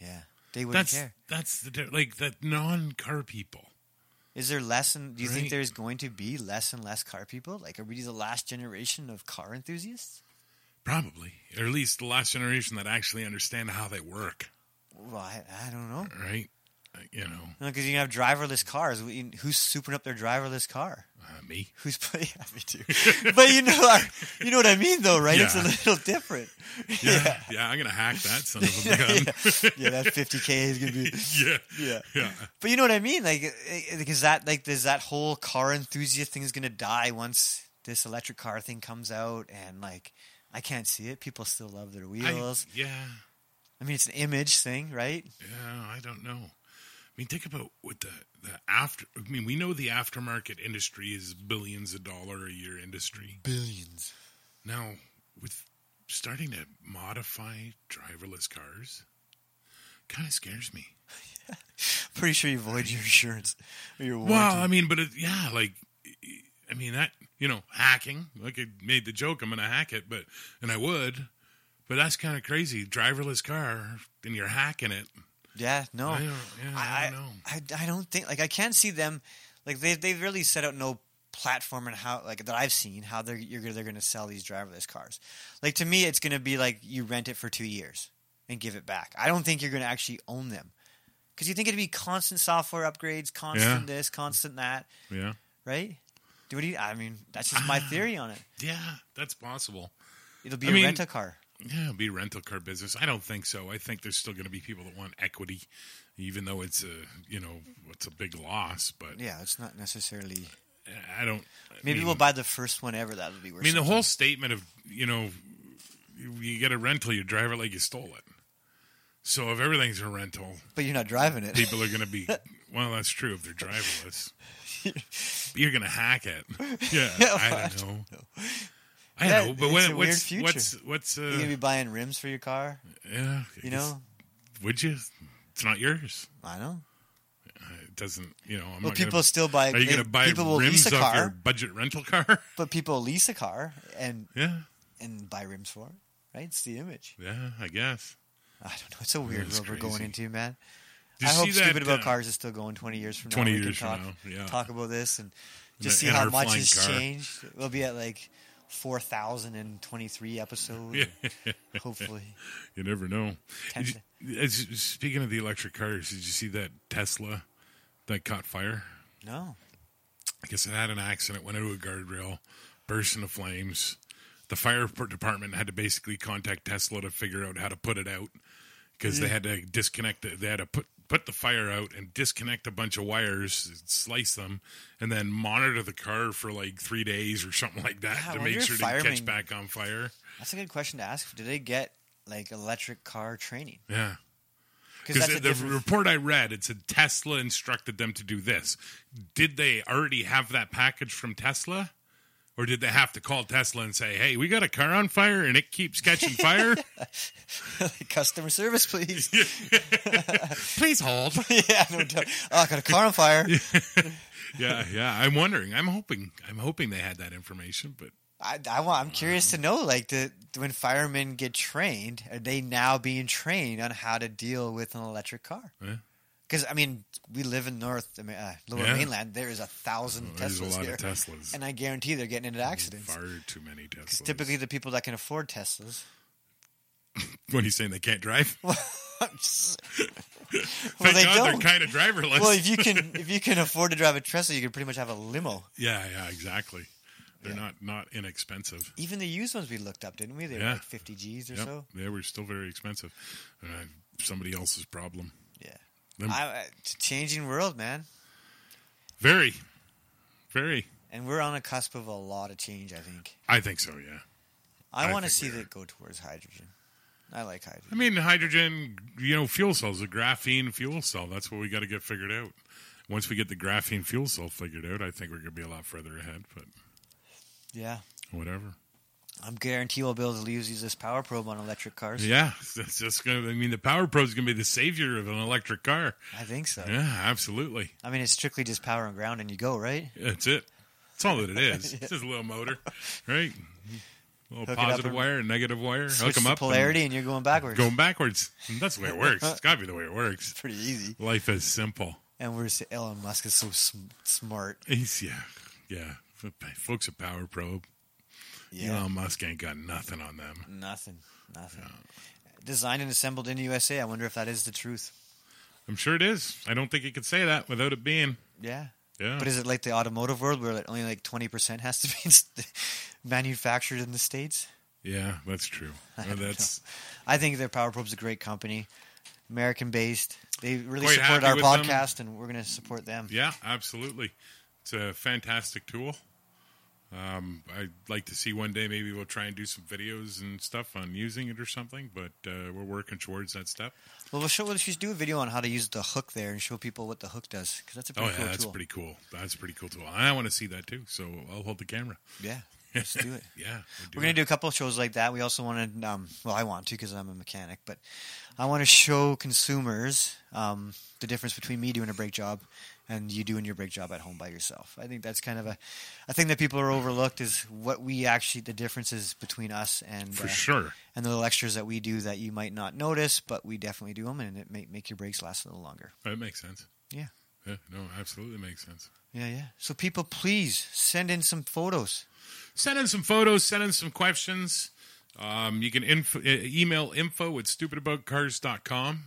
[SPEAKER 2] yeah. They wouldn't
[SPEAKER 1] That's
[SPEAKER 2] care.
[SPEAKER 1] that's the di- like that non-car people.
[SPEAKER 2] Is there less? And do you think
[SPEAKER 1] Right.
[SPEAKER 2] there's going to be less and less car people? Like, are we the last generation of car enthusiasts?
[SPEAKER 1] Probably, or at least the last generation that actually understand how they work,
[SPEAKER 2] Well, I, I don't know.
[SPEAKER 1] right? Uh, You know,
[SPEAKER 2] Because you can have driverless cars. We- Who's souping up their driverless car?
[SPEAKER 1] uh, me.
[SPEAKER 2] Who's putting yeah, me too? but you know, I, you know what I mean, though, right? It's a
[SPEAKER 1] Yeah.
[SPEAKER 2] little different.
[SPEAKER 1] Yeah, yeah, I'm gonna hack that son of a gun.
[SPEAKER 2] yeah. Yeah, that 50k is gonna be.
[SPEAKER 1] yeah,
[SPEAKER 2] Yeah,
[SPEAKER 1] yeah,
[SPEAKER 2] but you know what I mean. Like, eh, because that like there's that whole car enthusiast thing is gonna die once this electric car thing comes out, and like I can't see it. People still love their
[SPEAKER 1] I-
[SPEAKER 2] wheels.
[SPEAKER 1] yeah,
[SPEAKER 2] I mean, it's an image thing, right?
[SPEAKER 1] yeah. I don't know. I mean, think about what the the after. I mean, we know the aftermarket industry is billions of dollar a year industry.
[SPEAKER 2] Billions.
[SPEAKER 1] Now, with starting to modify driverless cars, kind of scares me.
[SPEAKER 2] Pretty sure you void your insurance or your warranty.
[SPEAKER 1] Well, I mean, but it, yeah, like, I mean that you know, hacking. Like I made the joke, I'm gonna hack it, but and I would, but that's kind of crazy. Driverless car, and you're hacking it.
[SPEAKER 2] yeah, no.
[SPEAKER 1] I don't, yeah, Oh, I, don't know.
[SPEAKER 2] I, I don't think like I can't see them like they they really set out no platform and how like that I've seen how they're you're, gonna- they're going to sell these driverless cars. Like to me, it's going to be like you rent it for two years and give it back. I don't think you're going to actually own them because you think it'd be constant software upgrades, constant this, constant that,
[SPEAKER 1] Yeah,
[SPEAKER 2] right? Do what do you, I mean? That's just my theory on it.
[SPEAKER 1] yeah, that's possible.
[SPEAKER 2] It'll be
[SPEAKER 1] I
[SPEAKER 2] a
[SPEAKER 1] mean-
[SPEAKER 2] rent a car.
[SPEAKER 1] Yeah, it'll be a rental car business. I don't think so. I think there's still going to be people that want equity, even though it's a you know it's a big loss. But
[SPEAKER 2] Yeah, it's not necessarily.
[SPEAKER 1] I don't. I
[SPEAKER 2] Maybe
[SPEAKER 1] mean-
[SPEAKER 2] we'll buy the first one ever. That would be worth.
[SPEAKER 1] I mean, the
[SPEAKER 2] something.
[SPEAKER 1] whole statement of you know, you- you get a rental, you drive it like you stole it. So if everything's a rental,
[SPEAKER 2] But you're not driving it.
[SPEAKER 1] people are going to be well. That's true if they're driverless. You're going to hack it. Yeah, I don't know. I
[SPEAKER 2] Yeah,
[SPEAKER 1] know, but
[SPEAKER 2] it's
[SPEAKER 1] what,
[SPEAKER 2] a weird
[SPEAKER 1] what's,
[SPEAKER 2] future.
[SPEAKER 1] what's what's
[SPEAKER 2] You're gonna be
[SPEAKER 1] uh,
[SPEAKER 2] buying rims for your car.
[SPEAKER 1] yeah? I
[SPEAKER 2] You
[SPEAKER 1] guess-
[SPEAKER 2] know,
[SPEAKER 1] would you? It's not yours.
[SPEAKER 2] I know.
[SPEAKER 1] It doesn't. You know, I'm
[SPEAKER 2] Well,
[SPEAKER 1] not
[SPEAKER 2] people
[SPEAKER 1] Gonna,
[SPEAKER 2] still buy.
[SPEAKER 1] are you
[SPEAKER 2] they-
[SPEAKER 1] going to buy
[SPEAKER 2] people will lease
[SPEAKER 1] rims
[SPEAKER 2] a
[SPEAKER 1] off
[SPEAKER 2] car,
[SPEAKER 1] your budget rental car?
[SPEAKER 2] but people lease a car and
[SPEAKER 1] yeah,
[SPEAKER 2] and buy rims for it. Right? It's the image.
[SPEAKER 1] yeah. I guess.
[SPEAKER 2] I don't know. It's a weird
[SPEAKER 1] it's
[SPEAKER 2] world we're going
[SPEAKER 1] crazy.
[SPEAKER 2] into, man.
[SPEAKER 1] Did
[SPEAKER 2] I
[SPEAKER 1] you
[SPEAKER 2] hope
[SPEAKER 1] see that,
[SPEAKER 2] stupid about
[SPEAKER 1] uh,
[SPEAKER 2] cars is still going twenty years from now.
[SPEAKER 1] 20
[SPEAKER 2] we can
[SPEAKER 1] years from
[SPEAKER 2] talk,
[SPEAKER 1] now, yeah.
[SPEAKER 2] Talk about this and just
[SPEAKER 1] the-
[SPEAKER 2] see
[SPEAKER 1] and
[SPEAKER 2] how
[SPEAKER 1] our
[SPEAKER 2] much
[SPEAKER 1] flying
[SPEAKER 2] has
[SPEAKER 1] car.
[SPEAKER 2] changed. We'll be at like four thousand and twenty-three episodes. Hopefully,
[SPEAKER 1] You never know.
[SPEAKER 2] Ten-
[SPEAKER 1] Did you- as- speaking of the electric cars, did you see that Tesla that caught fire?
[SPEAKER 2] no.
[SPEAKER 1] I guess it had an accident, went into a guardrail, burst into flames. The fire p- department had to basically contact Tesla to figure out how to put it out because they had to disconnect. It. They had to put put the fire out and disconnect a bunch of wires, slice them, and then monitor the car for like three days or something like that
[SPEAKER 2] Yeah, I
[SPEAKER 1] to
[SPEAKER 2] wonder
[SPEAKER 1] make
[SPEAKER 2] if
[SPEAKER 1] sure it didn't catch
[SPEAKER 2] firemen-
[SPEAKER 1] back on fire.
[SPEAKER 2] That's a good question to ask. Did they get like electric car training?
[SPEAKER 1] Yeah. Because
[SPEAKER 2] Because that's a
[SPEAKER 1] the
[SPEAKER 2] different.
[SPEAKER 1] report I read, it said Tesla instructed them to do this. Did they already have that package from Tesla? Or did they have to call Tesla and say, hey, we got a car on fire and it keeps catching fire?
[SPEAKER 2] Customer service, please.
[SPEAKER 1] Please hold.
[SPEAKER 2] yeah, no doubt. Oh, I got a car on fire.
[SPEAKER 1] yeah, yeah. I'm wondering. I'm hoping. I'm hoping they had that information, but
[SPEAKER 2] I, I want. I'm curious to know, like, the when firemen get trained, are they now being trained on how to deal with an electric car?
[SPEAKER 1] Yeah.
[SPEAKER 2] Because I mean, we live in North I mean, uh, Lower
[SPEAKER 1] Yeah.
[SPEAKER 2] Mainland. There is a thousand
[SPEAKER 1] there's a
[SPEAKER 2] Teslas
[SPEAKER 1] lot
[SPEAKER 2] here,
[SPEAKER 1] of Teslas.
[SPEAKER 2] and I guarantee they're getting into accidents.
[SPEAKER 1] Far too many Teslas.
[SPEAKER 2] Because typically, the people that can afford Teslas.
[SPEAKER 1] what are you saying? They can't drive?
[SPEAKER 2] well,
[SPEAKER 1] Thank
[SPEAKER 2] they
[SPEAKER 1] God
[SPEAKER 2] don't.
[SPEAKER 1] they're kind of driverless.
[SPEAKER 2] Well, if you can, if you can afford to drive a Tesla, you can pretty much have a limo.
[SPEAKER 1] yeah, yeah, exactly. They're
[SPEAKER 2] Yeah.
[SPEAKER 1] not not inexpensive.
[SPEAKER 2] Even the used ones we looked up, didn't we? They were
[SPEAKER 1] Yeah.
[SPEAKER 2] like fifty G's or
[SPEAKER 1] Yep,
[SPEAKER 2] so.
[SPEAKER 1] They were still very expensive. Uh, somebody else's problem.
[SPEAKER 2] Yeah.
[SPEAKER 1] Them-
[SPEAKER 2] I, I- it's a changing world, man.
[SPEAKER 1] Very, very.
[SPEAKER 2] And we're on a cusp of a lot of change, I think.
[SPEAKER 1] I think so. Yeah.
[SPEAKER 2] I,
[SPEAKER 1] I
[SPEAKER 2] want to
[SPEAKER 1] think
[SPEAKER 2] see
[SPEAKER 1] we are.
[SPEAKER 2] that go towards hydrogen. I like hydrogen.
[SPEAKER 1] I mean, hydrogen, you know, fuel cells, a graphene fuel cell. That's what we got to get figured out. Once we get the graphene fuel cell figured out, I think we're going to be a lot further ahead, but
[SPEAKER 2] Yeah,
[SPEAKER 1] whatever.
[SPEAKER 2] I'm guarantee we'll be able to use this power probe on electric cars.
[SPEAKER 1] Yeah, that's just going to, I mean, the Power Pro is going to be the savior of an electric car.
[SPEAKER 2] I think so.
[SPEAKER 1] Yeah, absolutely.
[SPEAKER 2] I mean, it's strictly just power and ground, and you go right.
[SPEAKER 1] That's it. That's all that it is. It's just a little motor, right? A little
[SPEAKER 2] Hook it up
[SPEAKER 1] positive
[SPEAKER 2] and-
[SPEAKER 1] wire and negative wire. hook
[SPEAKER 2] Switch
[SPEAKER 1] them
[SPEAKER 2] the
[SPEAKER 1] up.
[SPEAKER 2] polarity, and, you're going
[SPEAKER 1] and
[SPEAKER 2] backwards.
[SPEAKER 1] Going backwards. That's the way it works. It's got to be the way it works.
[SPEAKER 2] Pretty easy.
[SPEAKER 1] Life is simple.
[SPEAKER 2] And we're s- Elon Musk is so sm- smart.
[SPEAKER 1] He's, yeah, yeah. Folks at Power Probe. Elon Musk ain't got nothing on them.
[SPEAKER 2] Nothing. Nothing. Designed and assembled in USA. I wonder if that is the truth.
[SPEAKER 1] I'm sure it is. I don't think you could say that without it being.
[SPEAKER 2] Yeah.
[SPEAKER 1] Yeah.
[SPEAKER 2] But is it like the automotive world where like only like 20% has to be ins- manufactured in the States?
[SPEAKER 1] yeah, that's true.
[SPEAKER 2] don't
[SPEAKER 1] that's
[SPEAKER 2] I think their Power Probe's a great company, American based. They really
[SPEAKER 1] Quite
[SPEAKER 2] support
[SPEAKER 1] happy
[SPEAKER 2] our
[SPEAKER 1] with them.
[SPEAKER 2] podcast, and we're going to support them.
[SPEAKER 1] yeah, absolutely. It's a fantastic tool. Um, I'd like to see one day maybe we'll try and do some videos and stuff on using it or something, but uh, we're working towards that step.
[SPEAKER 2] Well, we'll show, we should do a video on how to use the hook there and show people what the hook does because that's a
[SPEAKER 1] Oh
[SPEAKER 2] pretty
[SPEAKER 1] yeah,
[SPEAKER 2] cool
[SPEAKER 1] that's
[SPEAKER 2] tool.
[SPEAKER 1] pretty cool. That's a pretty cool tool. I want to see that too, so I'll hold the camera.
[SPEAKER 2] Yeah, let's do it.
[SPEAKER 1] Yeah, we'll do
[SPEAKER 2] We're going
[SPEAKER 1] it.
[SPEAKER 2] to do a couple of shows like that. We also want to, um, well, I want to because I'm a mechanic, but I want to show consumers um, the difference between me doing a brake job and you doing your brake job at home by yourself. I think that's kind of a, a thing that people are overlooked is what we actually, the differences between us and
[SPEAKER 1] for
[SPEAKER 2] uh,
[SPEAKER 1] sure.
[SPEAKER 2] and the little extras that we do that you might not notice, but we definitely do them and it may make your brakes last a little longer.
[SPEAKER 1] That makes sense.
[SPEAKER 2] Yeah.
[SPEAKER 1] Yeah, no, absolutely makes sense.
[SPEAKER 2] Yeah, yeah. So people, please send in some photos.
[SPEAKER 1] send in some photos, send in some questions. Um, you can inf- uh, email info at stupidaboutcars.com.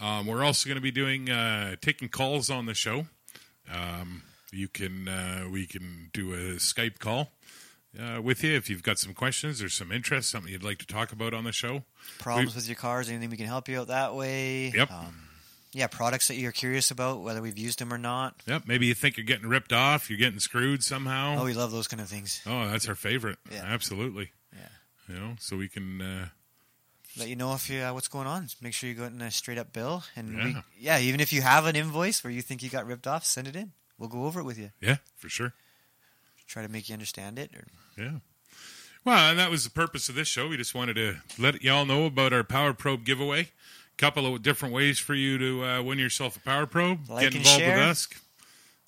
[SPEAKER 1] Um, we're also going to be doing uh, taking calls on the show. Um, you can uh, we can do a Skype call uh, with you if you've got some questions or some interest, something you'd like to talk about on the show.
[SPEAKER 2] Problems with your cars, anything we can help you out that way. Um,
[SPEAKER 1] Yep.
[SPEAKER 2] yeah, products that you're curious about, whether we've used them or not.
[SPEAKER 1] Yep. Maybe you think you're getting ripped off, you're getting screwed somehow.
[SPEAKER 2] Oh, we love those kind of things.
[SPEAKER 1] Oh, that's our favorite.
[SPEAKER 2] Yeah.
[SPEAKER 1] Absolutely.
[SPEAKER 2] Yeah.
[SPEAKER 1] You know, so we can. Uh,
[SPEAKER 2] Let you know if you uh, what's going on. Make sure you go in a straight up bill, and yeah.
[SPEAKER 1] Yeah.
[SPEAKER 2] yeah, even if you have an invoice where you think you got ripped off, send it in. We'll go over it with you.
[SPEAKER 1] yeah, for sure.
[SPEAKER 2] Try to make you understand it. Or,
[SPEAKER 1] Yeah. Well, and that was the purpose of this show. We just wanted to let y'all know about our Power Probe giveaway. couple of different ways for you to uh, win yourself a Power Probe.
[SPEAKER 2] Like
[SPEAKER 1] Get
[SPEAKER 2] and
[SPEAKER 1] involved
[SPEAKER 2] share.
[SPEAKER 1] with us.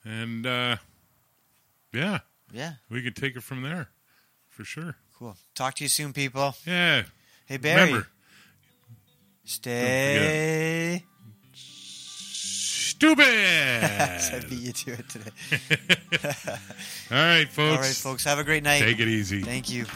[SPEAKER 1] And uh, yeah,
[SPEAKER 2] yeah,
[SPEAKER 1] we can take it from there for sure.
[SPEAKER 2] cool. Talk to you soon, people.
[SPEAKER 1] Yeah.
[SPEAKER 2] Hey Barry,
[SPEAKER 1] Remember,
[SPEAKER 2] stay. I beat
[SPEAKER 1] stupid.
[SPEAKER 2] you to it today.
[SPEAKER 1] All right, folks.
[SPEAKER 2] All right, folks. Have a great night.
[SPEAKER 1] Take it easy.
[SPEAKER 2] Thank you.